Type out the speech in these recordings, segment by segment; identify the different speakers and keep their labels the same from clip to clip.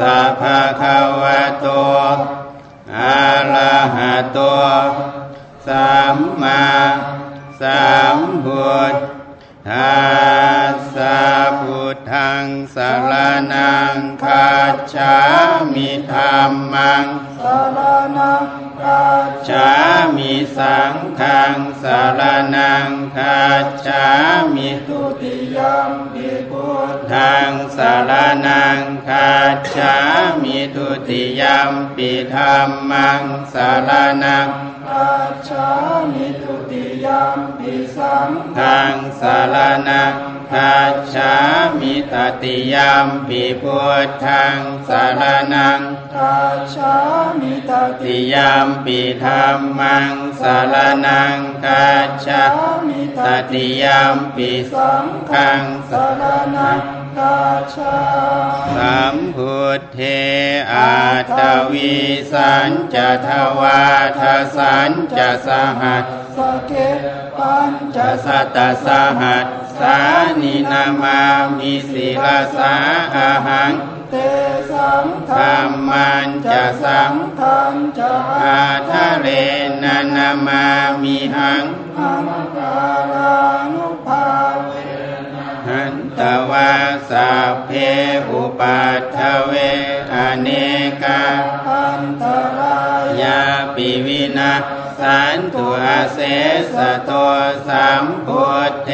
Speaker 1: สะภะคะวะโตอะระหะโต สัมมาสัมพุทธัสสะพุทธังสรณังคาจามิธรรมัง
Speaker 2: สารนังกัจ
Speaker 1: จามิสังฆังสรณังคาจามิ
Speaker 2: ตุติยังปิพุท
Speaker 1: ทางสรณังคาจามิทุติยมปิธรรมังสรณัง
Speaker 2: กัจฉามิตุติยังปิสังฆั
Speaker 1: ทาง งสารนังคาชามิตติยามปิพุทธังสารนัง
Speaker 2: กัจฉามิตติ
Speaker 1: ติยามปิธรรมังสารนังคาชา
Speaker 2: มิต
Speaker 1: ต
Speaker 2: ติ
Speaker 1: ติยามปิ
Speaker 2: สัง
Speaker 1: ขั
Speaker 2: ฆัง
Speaker 1: ง
Speaker 2: สารนังกัจฉามิ
Speaker 1: สัมพุทเทอาตวิสัญจะทวาทสัญจะสหัส
Speaker 2: สเกปัญจ
Speaker 1: จะ
Speaker 2: ส
Speaker 1: สัตตะสหัสสานินามามิสิลาสาอาหัง
Speaker 2: เตสัง
Speaker 1: ธร
Speaker 2: ฆั
Speaker 1: ร
Speaker 2: ง
Speaker 1: มัน
Speaker 2: จะ
Speaker 1: จะ
Speaker 2: สั
Speaker 1: สั
Speaker 2: ง
Speaker 1: ง
Speaker 2: ฆังจะอา
Speaker 1: อา
Speaker 2: ทะ
Speaker 1: ทะ
Speaker 2: เล
Speaker 1: เลนานามามิหัง
Speaker 2: อังคารานุภาเว
Speaker 1: หันตวาสัพเพอุปัฏฐเวอเนกา
Speaker 2: อันตรายาย
Speaker 1: าปิวินาสันตุอาเสสะโตสัมพุทเท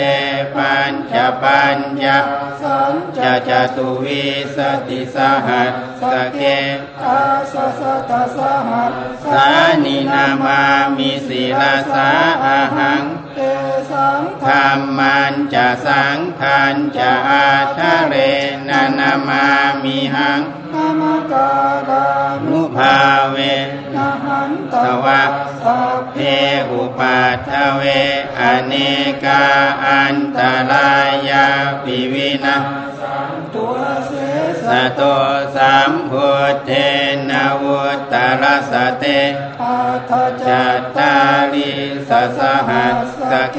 Speaker 1: ปัญจปัญญา
Speaker 2: สัญ
Speaker 1: จะ
Speaker 2: จะ
Speaker 1: จตุวิสติสหัสสะเก
Speaker 2: อาสะสะตะสหัส
Speaker 1: สานินามามิสิลาสาอาหัง
Speaker 2: เตสัง
Speaker 1: ธรรมันจะสังขันจะอาทะเรนานามามิหัง
Speaker 2: นามกาลานุ
Speaker 1: นุภาเว
Speaker 2: นาหันต
Speaker 1: สวะ
Speaker 2: สัพ
Speaker 1: เพอุปัฏฐเว อเนกาอันตรายาปิวินา
Speaker 2: ตัวเส
Speaker 1: ส
Speaker 2: สะ
Speaker 1: โตสัมพุทเทนะวุตตรสเต
Speaker 2: อาทจั
Speaker 1: จั
Speaker 2: ต
Speaker 1: ต
Speaker 2: ตา
Speaker 1: ตา
Speaker 2: ริ
Speaker 1: ริสสหัสสเก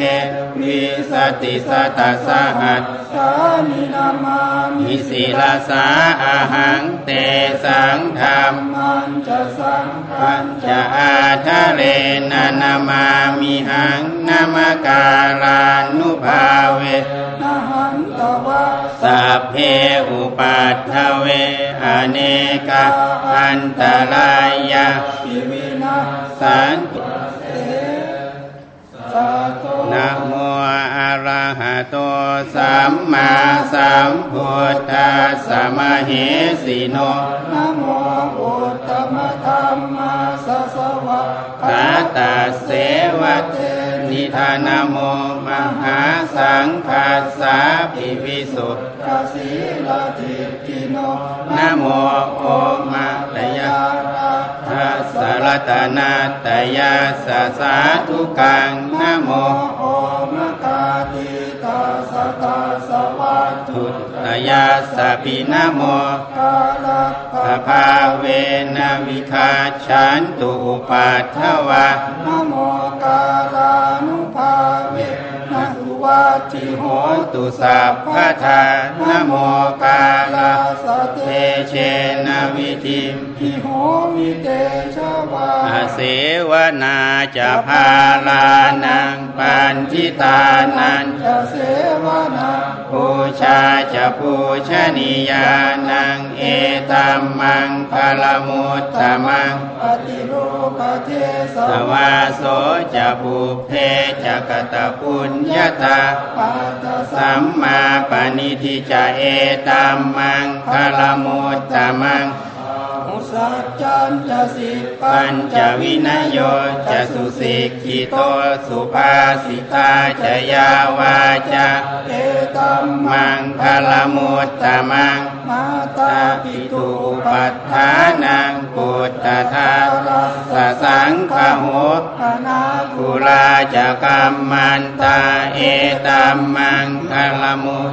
Speaker 1: วิสติสตสสหัส
Speaker 2: สานินามามิ
Speaker 1: มิสิลาสาอาหังเตสังธรรม
Speaker 2: มันจะสังขั
Speaker 1: ปั
Speaker 2: น
Speaker 1: ญจะ
Speaker 2: จะ
Speaker 1: อาทะเรนะนามามิหังนามการานุภาเว
Speaker 2: นาหันตวะ
Speaker 1: สัพเพอุปัฏฐเว อเนกะอันตรายะ
Speaker 2: ปิวินาส
Speaker 1: สันตุ
Speaker 2: เสสะโต
Speaker 1: นะโมอะระหะโตสัมมาสัมพุทธัสสะมะเหสิโน
Speaker 2: นะโมอุตตมธรรมาสสวะ
Speaker 1: สาตาเสวะเทนิธานาโมมหาสังคาสาปิวิสุทธ
Speaker 2: กสีลาทิติโน
Speaker 1: นะโมโอมาตยา
Speaker 2: รา
Speaker 1: ทัสสรตนาตยาสสาธุกังนะโม
Speaker 2: โอมตาติตาสตาสวัต
Speaker 1: ทุ
Speaker 2: ถุ
Speaker 1: ตตยาสปินะโม
Speaker 2: กาล
Speaker 1: ส
Speaker 2: กัพ
Speaker 1: ภาเวนะวิคาชันตุอุปาทวา
Speaker 2: นะโมกาลานุภาเวนะสุวาจิโห
Speaker 1: โห
Speaker 2: ต
Speaker 1: ตุสัพพะทานะโมกาลา
Speaker 2: สเต
Speaker 1: เทเชนะวิธิม
Speaker 2: ทิโหมิเตชะวา
Speaker 1: อาเสวนาจะพาลานังปันทิตานัน
Speaker 2: จะเสวนา
Speaker 1: ผูชาจะผูชนียานังเอตัมมังพลมุตตมัง
Speaker 2: ปฏิโลกเทส
Speaker 1: ส
Speaker 2: วะ
Speaker 1: วาโสจะภูเพจะกตปุญญาตา
Speaker 2: ปัตสั
Speaker 1: สั
Speaker 2: ม
Speaker 1: มมาปณิทิจะเอตัมมังพลมุตตมัง
Speaker 2: อุสัจจันจะสิปั
Speaker 1: ปั
Speaker 2: ญ
Speaker 1: ญ
Speaker 2: จ
Speaker 1: จ
Speaker 2: วิ
Speaker 1: วิ
Speaker 2: น
Speaker 1: น
Speaker 2: โย
Speaker 1: โย
Speaker 2: จะ
Speaker 1: จะ
Speaker 2: สุ
Speaker 1: สุ
Speaker 2: สิ
Speaker 1: สิก
Speaker 2: กขิ
Speaker 1: ขิ
Speaker 2: โต
Speaker 1: โตสุภาสิตาจะยาวาจา
Speaker 2: เอตัมมั
Speaker 1: มั
Speaker 2: ง
Speaker 1: ง
Speaker 2: พ
Speaker 1: พ
Speaker 2: ล
Speaker 1: ลมุตตมัง
Speaker 2: ม มาตา
Speaker 1: ตา
Speaker 2: ปิ
Speaker 1: ปิ
Speaker 2: ตุ
Speaker 1: ตุ
Speaker 2: อุปั
Speaker 1: ปั
Speaker 2: ฏ
Speaker 1: ฏ
Speaker 2: ฐา
Speaker 1: ฐา
Speaker 2: นั
Speaker 1: นั
Speaker 2: ง
Speaker 1: ง
Speaker 2: ปุ
Speaker 1: ปุ
Speaker 2: ต
Speaker 1: ต
Speaker 2: ต
Speaker 1: ตะ
Speaker 2: ธา
Speaker 1: ธาส
Speaker 2: สสั
Speaker 1: สั
Speaker 2: ง
Speaker 1: ง
Speaker 2: ฆ
Speaker 1: ฆโ
Speaker 2: โห
Speaker 1: ห
Speaker 2: ปนาคุ
Speaker 1: กุ
Speaker 2: ลา
Speaker 1: ลาจะกรรมันตาเอตัมมังคลมุต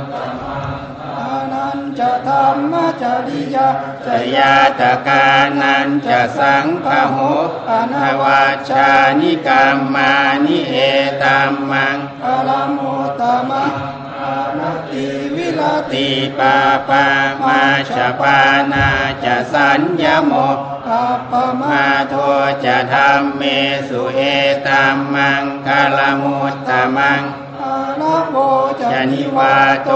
Speaker 2: อานันจะธรรมจริยา
Speaker 1: ต
Speaker 2: จะ
Speaker 1: ยาย
Speaker 2: า
Speaker 1: ตกานันจะสังฆโหอนวัชชานิกรรมานิเอตัมมัง
Speaker 2: อาลมโมตมะอานาติวิลาติ
Speaker 1: ติปาปามาชปานาจะสัญญโม
Speaker 2: อัปปมา
Speaker 1: มาโทจะธรรมเมสุเอตัมมังคลมุตตมัง
Speaker 2: อาลโมจะ
Speaker 1: จะ
Speaker 2: นิ
Speaker 1: นิ
Speaker 2: วาว
Speaker 1: า
Speaker 2: โต
Speaker 1: โต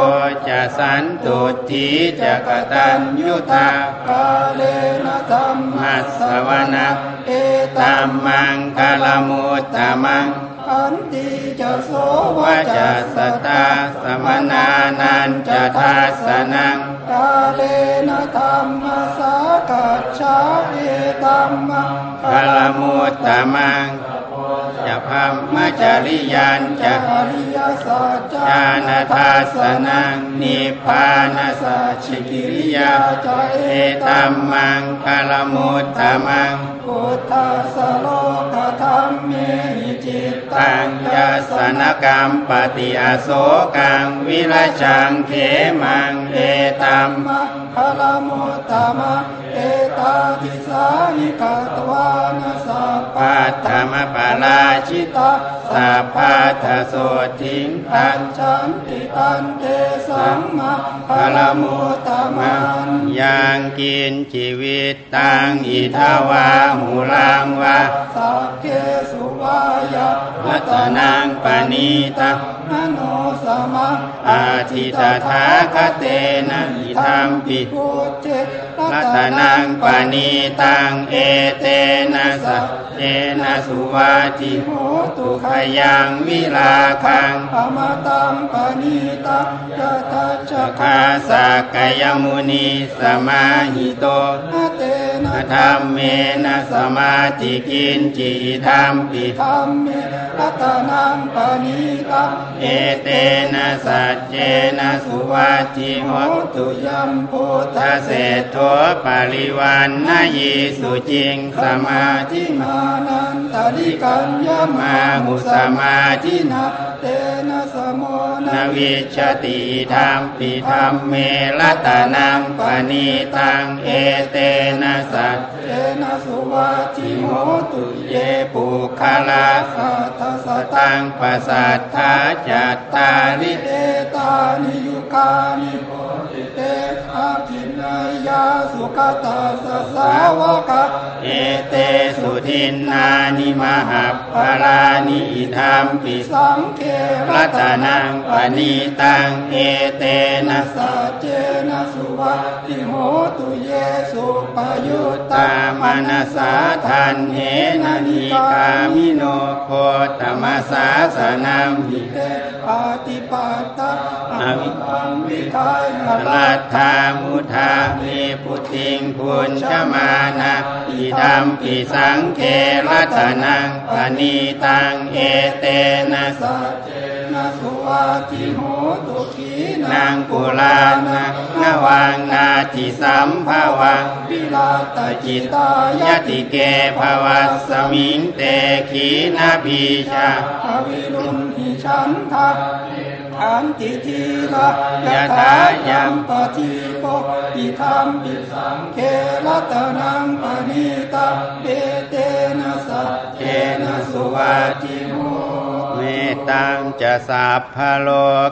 Speaker 1: จะสันตุที
Speaker 2: จะ
Speaker 1: จะ
Speaker 2: ก
Speaker 1: ก
Speaker 2: ตั
Speaker 1: ตั
Speaker 2: ญ
Speaker 1: ญ
Speaker 2: ยุ
Speaker 1: ยุ
Speaker 2: ตา
Speaker 1: ตาก
Speaker 2: าเลนะธรรมั
Speaker 1: มั
Speaker 2: ส
Speaker 1: ส
Speaker 2: ส
Speaker 1: ส
Speaker 2: ว
Speaker 1: ว
Speaker 2: นะ
Speaker 1: นะ
Speaker 2: เอตั
Speaker 1: ตั
Speaker 2: ม
Speaker 1: มมังคลมุตตมัง
Speaker 2: อันติจะโสวาว
Speaker 1: า
Speaker 2: จา
Speaker 1: จาส
Speaker 2: สตา
Speaker 1: ตา
Speaker 2: ส
Speaker 1: ส
Speaker 2: ม
Speaker 1: ม
Speaker 2: นา
Speaker 1: นา
Speaker 2: นั
Speaker 1: นั
Speaker 2: น
Speaker 1: น
Speaker 2: จะ
Speaker 1: จะ
Speaker 2: ทา
Speaker 1: ทา
Speaker 2: ส
Speaker 1: ส
Speaker 2: นั
Speaker 1: นั
Speaker 2: ง
Speaker 1: ง
Speaker 2: กาเลนะธรรมสากัจฉาเอตัมมัง
Speaker 1: พ
Speaker 2: คะ
Speaker 1: ล
Speaker 2: ลาม
Speaker 1: มุตตมังจะพัมมจริยาน
Speaker 2: จา
Speaker 1: จะ
Speaker 2: ริยสัจจา
Speaker 1: ญาณ
Speaker 2: นา
Speaker 1: ทั
Speaker 2: ทา
Speaker 1: ส
Speaker 2: ส
Speaker 1: นั
Speaker 2: นั
Speaker 1: ง
Speaker 2: ง
Speaker 1: นิพพานัสสะชิกิริยาเอตัมมังพลมุตตมัง
Speaker 2: พุทธัสสะโลกธรรมเมหิจิตตั
Speaker 1: ตั
Speaker 2: ง
Speaker 1: ง
Speaker 2: ยาย
Speaker 1: า
Speaker 2: ส
Speaker 1: ส
Speaker 2: นะ
Speaker 1: นกรรมปฏิอโสกังวิราชังเขมังเอตัม
Speaker 2: มะคลามุตตมะเอตาทิสานิกาตวานาสัพพะ
Speaker 1: ปัทธรรมปราชิตาสัพพาทโสทิง
Speaker 2: อั
Speaker 1: พัน
Speaker 2: ญชันติตันเตสัมมาพ
Speaker 1: พ
Speaker 2: ล
Speaker 1: ล
Speaker 2: มุ
Speaker 1: มุ
Speaker 2: ต
Speaker 1: ต
Speaker 2: ตมั
Speaker 1: มั
Speaker 2: ง
Speaker 1: งยังกินชีวิตตังอิทาวาหูลังวา
Speaker 2: สัพเพสุวายะ
Speaker 1: ลัตนังปณีตัง
Speaker 2: มโนสมัง
Speaker 1: อาทิตถาคเตนะอิธรรมปิ
Speaker 2: พุทเท
Speaker 1: ลัตนังปณีตังเอเตนะสะเอนะสุวาติ
Speaker 2: โห
Speaker 1: สุ
Speaker 2: ตุ
Speaker 1: ข
Speaker 2: ขยะ
Speaker 1: ยังวิลาคัง
Speaker 2: อมตังปณีตังยะทัจจ
Speaker 1: คาสักกยมุนีสมาหิโต
Speaker 2: คะเตนะ
Speaker 1: ธรรมเมนะสมาธิกินจิธรรมปิ
Speaker 2: ธรรมเมรัตนังปณีตัง
Speaker 1: เอเตนะสัจเจนะสุวัตถิโห
Speaker 2: โห
Speaker 1: ตุ
Speaker 2: ตุยัมพุทธ
Speaker 1: ทะ
Speaker 2: เส
Speaker 1: เส
Speaker 2: ต
Speaker 1: ตโถปาริวันนายีสุจิงสมาธิ
Speaker 2: ทิมานันตริกัญญามา
Speaker 1: มา
Speaker 2: หุ
Speaker 1: หุ
Speaker 2: ส
Speaker 1: ส
Speaker 2: มา
Speaker 1: มาธิ
Speaker 2: ธินาเตนะสโม
Speaker 1: นา
Speaker 2: นาวิ
Speaker 1: วิชติธรรมปิธรรมเมรัตนังปณีตังเอเตนะสัจ
Speaker 2: เตนะสุวาทิโหตุ
Speaker 1: เยปุคาลา
Speaker 2: สัทธ
Speaker 1: ส
Speaker 2: สตั
Speaker 1: ตัง
Speaker 2: ง
Speaker 1: ปัสสัทธาจัตตาริ
Speaker 2: เอตานิยุคานิโหติเตอาทินายาสุขตาสสาวกะ
Speaker 1: เอเตสุทินนานิมหัปปรานิอิธรรมปิ
Speaker 2: สังเก
Speaker 1: รั
Speaker 2: รั
Speaker 1: ต
Speaker 2: ต
Speaker 1: นั
Speaker 2: นั
Speaker 1: ง
Speaker 2: ง
Speaker 1: ป
Speaker 2: ป
Speaker 1: ณิ
Speaker 2: ณิ
Speaker 1: ณีตังเอเตนะ
Speaker 2: นะ
Speaker 1: สะ
Speaker 2: สัจเจนะสุวัติโหตุเยสุปยุตตา
Speaker 1: ตาม
Speaker 2: มาน นา
Speaker 1: สา
Speaker 2: สา
Speaker 1: ทา
Speaker 2: ทั
Speaker 1: น
Speaker 2: นเห
Speaker 1: เห
Speaker 2: นะ
Speaker 1: นะ
Speaker 2: นิ
Speaker 1: นิ
Speaker 2: กาก
Speaker 1: า
Speaker 2: มิ
Speaker 1: มิโนโคตมสาสนัมหิ
Speaker 2: เตปาติปาตาอวิปังวิทาย
Speaker 1: ลั
Speaker 2: นะลั
Speaker 1: ทธามุทามีพุติงพุญชมานะอิธรรมปิสังเครัตนังปณิณีตังเอเตนะสะ
Speaker 2: สัจเจนะสุวัติโหตุขี
Speaker 1: นาน
Speaker 2: าง ง
Speaker 1: กุ
Speaker 2: กุ
Speaker 1: ลา
Speaker 2: ลา
Speaker 1: นะ
Speaker 2: นะ
Speaker 1: น
Speaker 2: นวะ
Speaker 1: วังนาจิสัมภาวัง
Speaker 2: วิลาต
Speaker 1: จิ
Speaker 2: จิต
Speaker 1: ต
Speaker 2: ตาย
Speaker 1: ยติ
Speaker 2: ติเก
Speaker 1: เกภ
Speaker 2: ภวะ
Speaker 1: วั
Speaker 2: ส
Speaker 1: ส
Speaker 2: มิ
Speaker 1: มิงเตขีนาพีชา
Speaker 2: อวิรุณหิชันทะอันติทีละ ยะถายัมปะทีโปปิธรรมปิสังเครัตนังปณิตาเปเตนะสัจเจนะสุวัติโม
Speaker 1: เมตังจะสัพพโล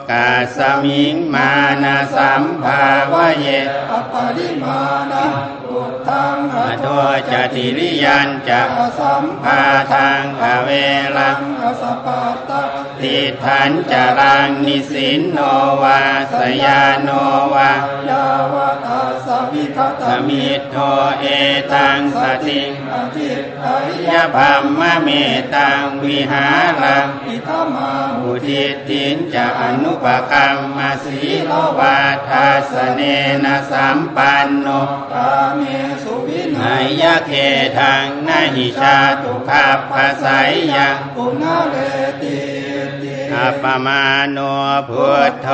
Speaker 1: กาสมิงมานาสัมภาวะเย
Speaker 2: อปริมานะพุทธังอ
Speaker 1: อ
Speaker 2: โท
Speaker 1: โท
Speaker 2: จ
Speaker 1: จ
Speaker 2: ติ
Speaker 1: ติ
Speaker 2: ริ
Speaker 1: ริ
Speaker 2: ยะ
Speaker 1: ยันจะ
Speaker 2: สัมภา
Speaker 1: พา
Speaker 2: ทา
Speaker 1: ทาง งอเว
Speaker 2: ลั
Speaker 1: ลั
Speaker 2: ง
Speaker 1: ง
Speaker 2: อสปาตะ
Speaker 1: ติทันจะรังนิสินโนวาสยาโนวา
Speaker 2: ยาวะตาสวิคต
Speaker 1: ธมิตโทเอตังสติง
Speaker 2: อธิไตย
Speaker 1: ยะพัมมะเมตังวิหารัง
Speaker 2: ปิธมาหุ
Speaker 1: อุทิตถินจะอนุปกรรมมาสีลวาทาสเนนะสัมปันโน
Speaker 2: กาเมสุวิ
Speaker 1: น
Speaker 2: นัย
Speaker 1: ยะเขทังนาหิชาตุขาปัสสยยัง
Speaker 2: ปุณาเลติติ
Speaker 1: อัปปมาโนพุทโธ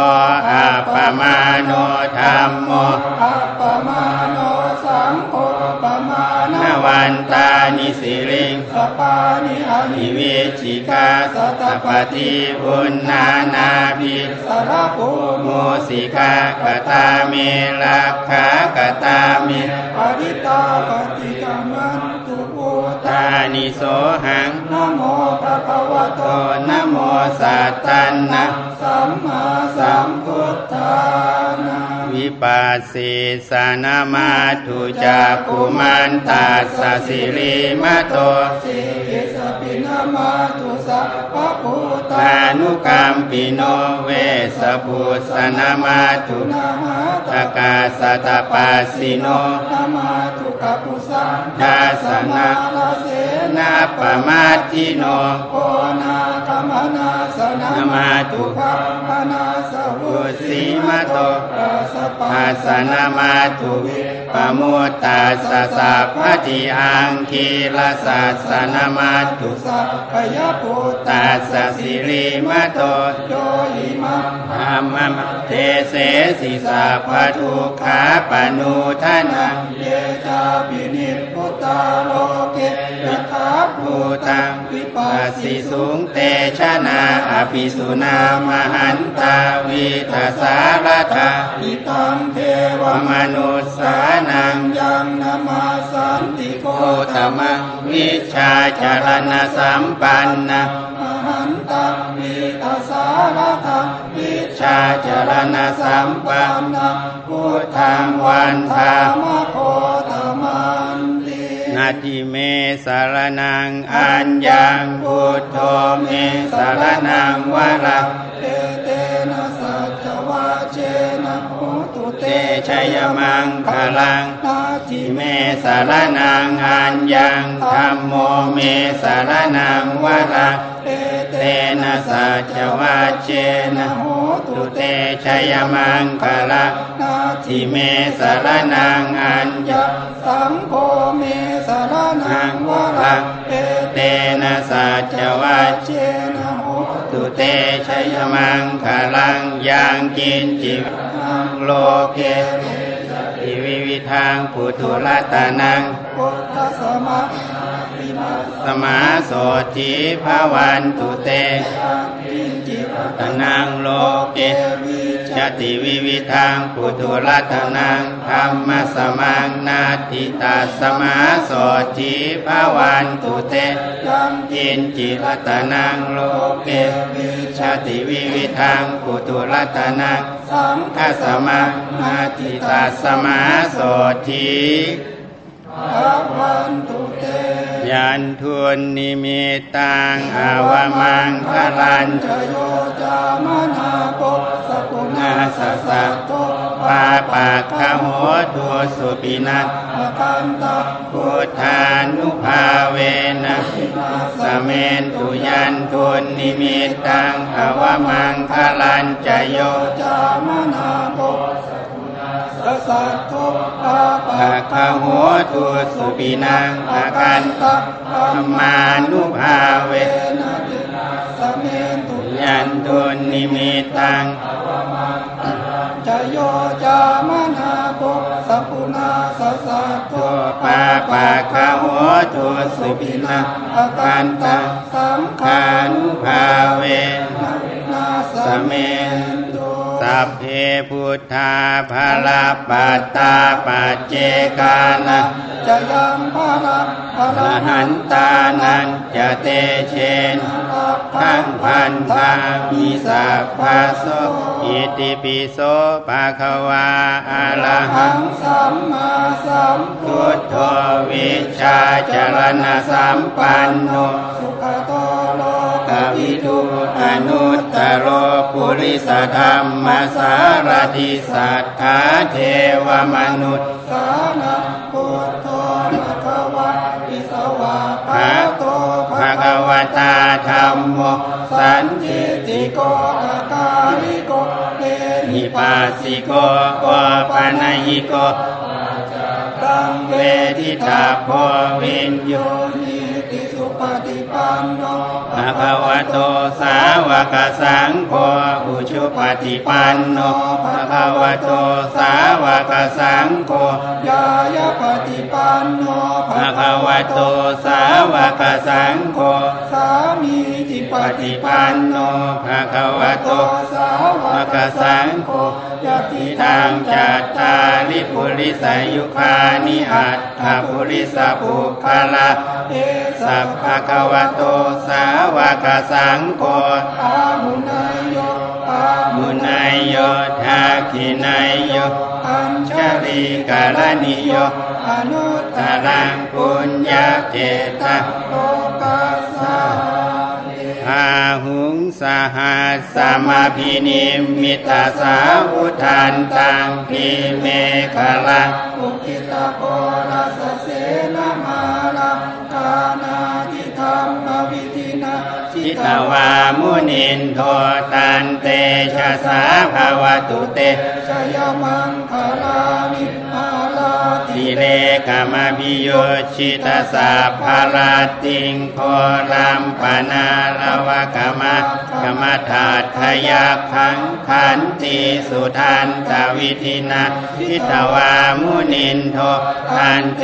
Speaker 1: อัปปมาโนธรรมโม
Speaker 2: อัปปมาโนสังโฆอัปปมาน
Speaker 1: นวันตานิสิริง
Speaker 2: สปานิอานิ
Speaker 1: นิเวชิกาสัตตปฏิบุญนานาภิก
Speaker 2: สารภู
Speaker 1: โม
Speaker 2: มิ
Speaker 1: สิกากตาเมลักขากตาเม
Speaker 2: ปริตาปฏิกรรมันตุภูตา
Speaker 1: ตานิโสหัง
Speaker 2: นะโมพระภวโต
Speaker 1: โตนะโมสัตตันนะ
Speaker 2: สัมมาสัมพุทธานามิ
Speaker 1: วิปัสสิสานามาทุจักกุมันตัสสะสิริมะโต
Speaker 2: สิกิสปินามาตุสัพพะพุท
Speaker 1: ตา
Speaker 2: ธา
Speaker 1: นุกัมปิโนเวสพุสนามาทุ
Speaker 2: นามา
Speaker 1: ต
Speaker 2: ตะ
Speaker 1: กาสตปัสสิโน
Speaker 2: ธรรมาทุกปุสัง
Speaker 1: ดาสนะ
Speaker 2: ลเส
Speaker 1: นา
Speaker 2: นา
Speaker 1: ปมาทิโน
Speaker 2: โอนาธรรมนาสนะ
Speaker 1: ธรรมาทุ
Speaker 2: พัพนาสวุ
Speaker 1: สิมาโต
Speaker 2: ราสปา
Speaker 1: อาสนามาทุวิปมุตตัสสะสัพพติอังคีลสัสสนามาทุ
Speaker 2: สัพพยพุท
Speaker 1: ตัสสะสิริมะโต
Speaker 2: โยอิมัง
Speaker 1: ธรรมมะเทเสสิสาพทุกขาปนุทานัง
Speaker 2: เยจาปินิพุตตาโลเกยถาภู
Speaker 1: ภู
Speaker 2: ต
Speaker 1: ตัง
Speaker 2: วิ
Speaker 1: วิ
Speaker 2: ปั
Speaker 1: ปัส
Speaker 2: สสิ
Speaker 1: สิสู
Speaker 2: สุ
Speaker 1: งเตชะนาอภิสุนามหันตาวิทสารตา
Speaker 2: อิตังเทว
Speaker 1: วม
Speaker 2: มนุ
Speaker 1: นุสสานัง
Speaker 2: ยังนามาสันติโก
Speaker 1: โอตมังวิชาจารณสัมปันนะ
Speaker 2: มหันตังวิตาสารทังวิชา
Speaker 1: ชาจารณสัมปันนะ
Speaker 2: พุ
Speaker 1: พุ
Speaker 2: ท
Speaker 1: ท
Speaker 2: ธั
Speaker 1: ธั
Speaker 2: ง
Speaker 1: ง
Speaker 2: วั
Speaker 1: วัน น
Speaker 2: ธาร
Speaker 1: ธาม
Speaker 2: โคตมันติ
Speaker 1: นาทิเมสารนังอัญญังพุทโธเมสารนังวะรัง
Speaker 2: เตเตนะสัจวาเจนะโหตุเต
Speaker 1: เตชยมังคลัง
Speaker 2: นาทิ
Speaker 1: อิ
Speaker 2: เม
Speaker 1: เมสารนังอัญญังธรรมโมเมสารนังวะระ
Speaker 2: เตเต
Speaker 1: เตนะสัจวัจเจนะ
Speaker 2: โห
Speaker 1: ตุ
Speaker 2: ตุ
Speaker 1: เต
Speaker 2: เต
Speaker 1: ชยมังคลัง
Speaker 2: นาทิ
Speaker 1: อิเมสารนังอัญญั
Speaker 2: ยะ
Speaker 1: ง
Speaker 2: สังโฆเมสารนังวรังเอ
Speaker 1: เตนะสัจวัจ
Speaker 2: เจนะโห
Speaker 1: ตุเตชยมังคลังยังกินจิวังโลเกอิวิวิทังปุถุรัตนัง
Speaker 2: พุทธสมัติมา
Speaker 1: สมาโสธิภาวันตุเต
Speaker 2: สังกินจิต
Speaker 1: ตนังโลเก
Speaker 2: เอวิจ
Speaker 1: จติวิวิทังปุถุรัตนังธรรมสมังนาทิตาสมาโสธิภาวันตุเต
Speaker 2: จังจิต
Speaker 1: ยินจิรัตนังโลเก
Speaker 2: วิ
Speaker 1: ชติวิวิทังปุถุรัตนัง
Speaker 2: สังฆ
Speaker 1: ทัสสมังนาทิตาสมาโสธิ
Speaker 2: าวันตุเต
Speaker 1: ยันทุนนิมิตังอาวมังคลัน
Speaker 2: จ
Speaker 1: ตุ
Speaker 2: โยจามนาปสกุณาสสะโต
Speaker 1: ปาปะคะโหตุสุปินัต
Speaker 2: อาการตะ
Speaker 1: พุทธานุภาเวนะ
Speaker 2: มา
Speaker 1: ส
Speaker 2: สะ
Speaker 1: เมนตุยันทุนนิมิตังภวมังคลันจโย
Speaker 2: จามนาโกสสัตโตปาปะ
Speaker 1: ปะคะโหตุสุปินังอากัน
Speaker 2: ตะ
Speaker 1: ธรรมานุภาเว
Speaker 2: เอนะตินาสเมนตุ
Speaker 1: ยันทุนนิมิตัง
Speaker 2: จโยจามนาโกสปุนาสสัตโต
Speaker 1: โตปาปะคะโหตุสุปินังอา
Speaker 2: อา
Speaker 1: กั
Speaker 2: กัน
Speaker 1: นตั
Speaker 2: ตะ
Speaker 1: ง
Speaker 2: สัง
Speaker 1: คา
Speaker 2: ฆา
Speaker 1: นุภาเว
Speaker 2: นาส
Speaker 1: ส
Speaker 2: เม
Speaker 1: เมน
Speaker 2: นตุ
Speaker 1: สัพเพพุทธาภาลปัตตาปัจเจกานะ
Speaker 2: จะยังพารังพา
Speaker 1: อร
Speaker 2: รัง
Speaker 1: หันตานันจะเตเชน
Speaker 2: ทั
Speaker 1: ทั้
Speaker 2: ง
Speaker 1: งพันธามิสัพพาโสอิ
Speaker 2: อิ
Speaker 1: ติปิโสภาควาอะระหั
Speaker 2: หั
Speaker 1: ง
Speaker 2: งสัมมาสัมพุ
Speaker 1: พุท
Speaker 2: ทโธ
Speaker 1: โธวิชาจรณสัมปันโน
Speaker 2: สุขโตโล
Speaker 1: กวิทุอนุตตโรปุริสธรรมสารติสัทธาเทวมนุษย์
Speaker 2: สานะพุทโธภะคะวะอิสวะภะโต
Speaker 1: ภะ
Speaker 2: ภะ
Speaker 1: คะ
Speaker 2: คะ
Speaker 1: วะตาธรรมโมสั
Speaker 2: สั
Speaker 1: น
Speaker 2: น
Speaker 1: ทิ
Speaker 2: ทิ
Speaker 1: ติ
Speaker 2: ติ
Speaker 1: โก
Speaker 2: โกอาการิโกเต
Speaker 1: นิ
Speaker 2: หิ
Speaker 1: ปา
Speaker 2: ปัส
Speaker 1: สิโกโอปะนหิโก
Speaker 2: ตังเว
Speaker 1: เวทิ
Speaker 2: ทิตา
Speaker 1: ตาโ
Speaker 2: โพ
Speaker 1: พวิน
Speaker 2: โย
Speaker 1: โย
Speaker 2: นิติโส สุปฏิปันโน
Speaker 1: ภะคะวะโตสาวกสังโฆอุชุปฏิปันโนภะคะวะโตสาวกสังโฆ
Speaker 2: ยายปฏิปันโน
Speaker 1: ภะคะวะโตสาวกสังโฆ
Speaker 2: สามีจิป
Speaker 1: ป
Speaker 2: ฏิ
Speaker 1: ฏิ
Speaker 2: ปั
Speaker 1: ปั
Speaker 2: น
Speaker 1: น
Speaker 2: โน
Speaker 1: โนภะคะวะโต
Speaker 2: สาวกสังโฆยะติ
Speaker 1: ทิ
Speaker 2: ทา
Speaker 1: ทาง ง
Speaker 2: จั
Speaker 1: จั
Speaker 2: ต
Speaker 1: ตตา
Speaker 2: ตาริ
Speaker 1: ริปุ
Speaker 2: ปุริ
Speaker 1: ริ
Speaker 2: ส
Speaker 1: ส
Speaker 2: ยุ
Speaker 1: ยุ
Speaker 2: คา
Speaker 1: คา
Speaker 2: นิ
Speaker 1: นิ
Speaker 2: อั
Speaker 1: อั
Speaker 2: ต
Speaker 1: ตถ
Speaker 2: ถปุ
Speaker 1: ปุ
Speaker 2: ริ
Speaker 1: ริ
Speaker 2: ส
Speaker 1: ส
Speaker 2: ปุ
Speaker 1: ปุ
Speaker 2: ค
Speaker 1: ค
Speaker 2: ลา
Speaker 1: ละ
Speaker 2: เอสั
Speaker 1: สั
Speaker 2: พ
Speaker 1: พ
Speaker 2: พะ
Speaker 1: พะ
Speaker 2: คะ
Speaker 1: คะ
Speaker 2: วะ
Speaker 1: วะ
Speaker 2: โต
Speaker 1: โต
Speaker 2: สา
Speaker 1: สาว ว
Speaker 2: ก
Speaker 1: กสังโฆ
Speaker 2: อาหุนายโยอาหุ
Speaker 1: มุ
Speaker 2: นาน
Speaker 1: ายย
Speaker 2: โย
Speaker 1: โยทาคินายโย
Speaker 2: อัญชลีกาลนิโยอนุตต
Speaker 1: ตา
Speaker 2: รั
Speaker 1: รั
Speaker 2: ง
Speaker 1: ง
Speaker 2: ปุ
Speaker 1: ปุ
Speaker 2: ญ
Speaker 1: ญ
Speaker 2: ญา
Speaker 1: ญา
Speaker 2: เจ
Speaker 1: เจ
Speaker 2: ตะ
Speaker 1: ตะ
Speaker 2: โลกัสสามิ
Speaker 1: พาหุงสหัสสมาพินิมมิตาสาวุทันตังพิเมฆลัง
Speaker 2: อุกิตโปรัสเสนามาลังกานาติธรรมวิธินาชิ
Speaker 1: ทิ
Speaker 2: ต
Speaker 1: ต
Speaker 2: วาว
Speaker 1: ามุนินโทตันเตชะสาภวตุเต
Speaker 2: ชยมังคลามิอาลาติ
Speaker 1: ติเลกามมิโยชิตาสาภาลาติงโคลัมปนาลวะกามะกามะถาทยาพังขันติสุทันตวิธินาทิตวามุนินโททันเต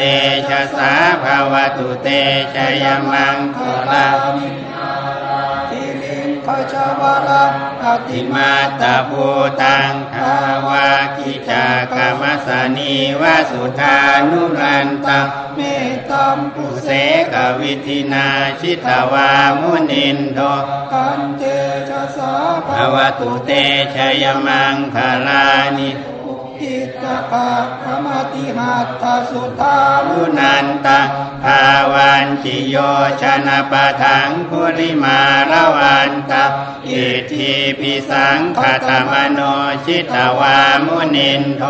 Speaker 1: ชะสาภวตุเตชยมังค
Speaker 2: คลา
Speaker 1: ลัง
Speaker 2: มิอาลาติลิงคชวราอติ
Speaker 1: ติ
Speaker 2: มา
Speaker 1: มาตาภูตังทาวากิจากามสานีวาสุธานุรันตัง
Speaker 2: เมตัมปุ
Speaker 1: อุ
Speaker 2: เส
Speaker 1: เสกวิทินาชิตวามุนินโด
Speaker 2: กันเตชะสาภ
Speaker 1: ภว
Speaker 2: ว
Speaker 1: ตุ
Speaker 2: ตุ
Speaker 1: เตชยมังคลานิ
Speaker 2: อุกิตตะภาคมติหัตถสุทา
Speaker 1: มุ
Speaker 2: มุ
Speaker 1: นันตังภาวันจิโยชนะปะทังคุริมาระวันตังอิทธิปิสังขตมโนชิตวามุนินโท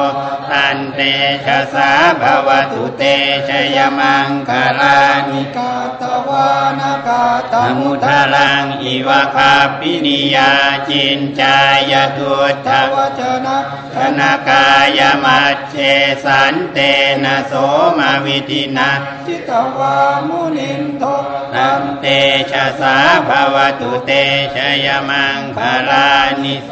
Speaker 1: ตันเตชะสาภวตุเตชยมังคลานิ
Speaker 2: กาตวานากาต
Speaker 1: ธรรมุ
Speaker 2: มุ
Speaker 1: ท
Speaker 2: ทา
Speaker 1: รังอิวะคาปินิยาจินจายตุ
Speaker 2: ต
Speaker 1: ทะ
Speaker 2: วจนะ
Speaker 1: ธนากายมัจเชสันเตนะโสมาวิธินา
Speaker 2: จิตวามุนินโท
Speaker 1: ตันเตชะสาภวตุเตชยมังคารานิส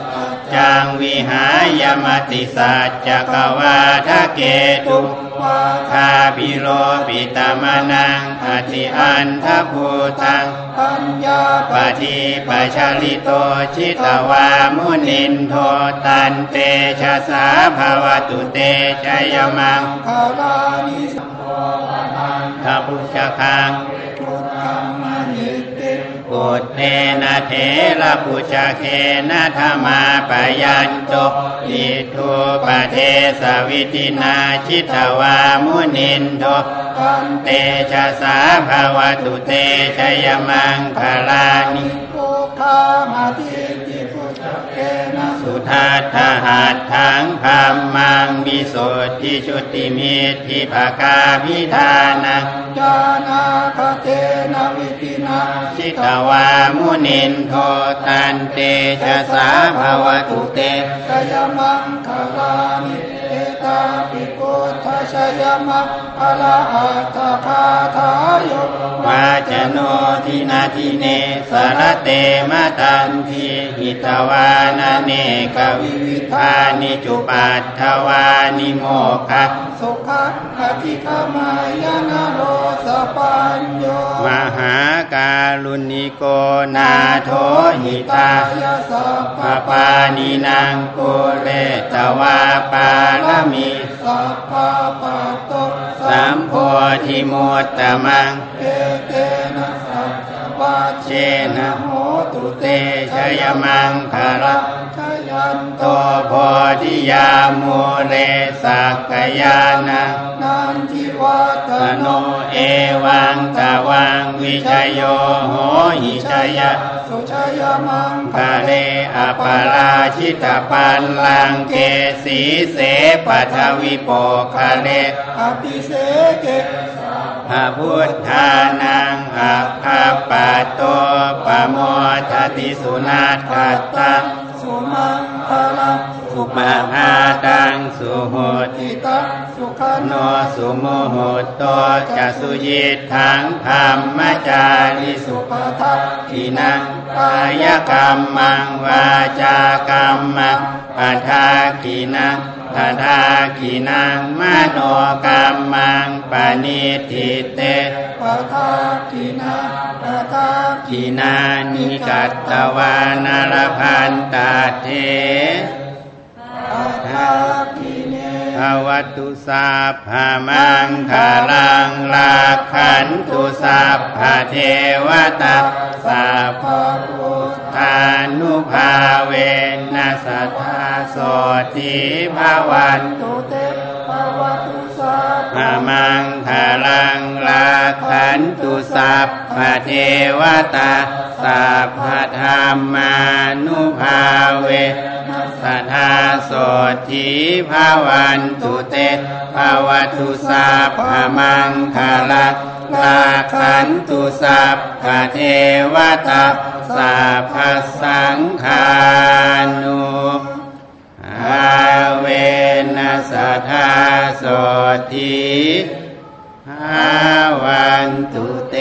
Speaker 1: จังวิหายมติสัจจกวาทะเกตุ
Speaker 2: วา
Speaker 1: คาปิโลปิตามนังอธิอันทภูตัง
Speaker 2: ทัญญา
Speaker 1: ป
Speaker 2: ปัจ
Speaker 1: ฏิปชาลิโตชิตวามุนินโทตันเตชะสาภวตุเตชยมัง
Speaker 2: คารานิสัง
Speaker 1: ทัพุชะคัง
Speaker 2: พุทธังมหิติ
Speaker 1: ปุตเตนะเถระปุชะเคนะธรรมาปยัญโตอิทุปะเทสวิตินาชิตวามุนินโท
Speaker 2: กัน
Speaker 1: เตชะสาภวตุเตชยมังคลานิ
Speaker 2: โอคามาติติพุทธเกนะ
Speaker 1: สุ
Speaker 2: สุ
Speaker 1: ทัตถหัตถังพัมมังวิโสทิชุติมิทิภากาพิธานัง
Speaker 2: ยานาคเตนะวิปินา
Speaker 1: ชิตวามุนินโทตันเตชะสาภวตุเต
Speaker 2: ชยมังคลานิเอตาปิโกทัชยมังอลาอัตถคาทายก
Speaker 1: วาจโนทินาทิเนสรเตมะตันทีหิตวานาเนกวิวิธานิจุปัตถวานิโมคะ
Speaker 2: สุขะอธิคมายนาโรสปัญโย
Speaker 1: มหาการุณิโกนาโทหิตา
Speaker 2: ยาสัพพ
Speaker 1: ปะ
Speaker 2: ปะ
Speaker 1: ปานินางกุเลตวาปาลมี
Speaker 2: สัพพะปะโต
Speaker 1: สัมโพธิมุตตมัง
Speaker 2: เอเตนะสัพพะ
Speaker 1: เชนะ
Speaker 2: โหตุ
Speaker 1: เต
Speaker 2: เต
Speaker 1: ชยมังคาระ
Speaker 2: ชยันโต
Speaker 1: โตโพธิยามูเลสักกยานะ
Speaker 2: นันทิวัฒ
Speaker 1: ตโน
Speaker 2: โน
Speaker 1: เอวังตวังวิชยโยโหหิชยะ
Speaker 2: สุชยมัง
Speaker 1: กะเลอปาราชิตปันลังเกสีเสปัทวิโปคาเล
Speaker 2: อภิเสเก
Speaker 1: พระพุทธานังอัคคปะโตปะโมทติสุนาถขัตตัง
Speaker 2: สุมังพลังสุ
Speaker 1: มา
Speaker 2: มา
Speaker 1: หาตังสุโหติ
Speaker 2: ติตะสุข คโน
Speaker 1: โนสุโมโหโตจัสสุยิทถังธรรมจาริสุ
Speaker 2: สุปทัฏฐิ
Speaker 1: ทิ
Speaker 2: นั
Speaker 1: นั
Speaker 2: ง
Speaker 1: ง
Speaker 2: กา
Speaker 1: า
Speaker 2: ก
Speaker 1: ย ย
Speaker 2: ก
Speaker 1: ก
Speaker 2: ร
Speaker 1: ร
Speaker 2: ร
Speaker 1: ร
Speaker 2: มมั
Speaker 1: มั
Speaker 2: ง
Speaker 1: งา
Speaker 2: วาวจา
Speaker 1: จากก
Speaker 2: ร
Speaker 1: ร
Speaker 2: ร
Speaker 1: ร
Speaker 2: ม
Speaker 1: มังปัทากินังปัทากินังมโนกรรมังปณิทิเต
Speaker 2: ปัทากินาปัทากิ
Speaker 1: ทินานิกัตตวานารพันตาเท
Speaker 2: ปัทากิเน
Speaker 1: ภวตุสาพามังคารังลาขันตุสาพาเทวตาสาพ
Speaker 2: ภะพุทธ
Speaker 1: ทานุภาเวนัสทธาโสติภาวัน
Speaker 2: ตุเตภวตุสา
Speaker 1: พามังคารังลาขันตุสาพาเทวตาสาพาธรรมานุภาเว
Speaker 2: นัส
Speaker 1: สัทธาโสธิภาวันตุเตภาวตุสัพพมังคาลัตลาขันตุสัพพะเทวตาสัพพสังฆานุอาเวนัสทธาโสธิภาวันตุเต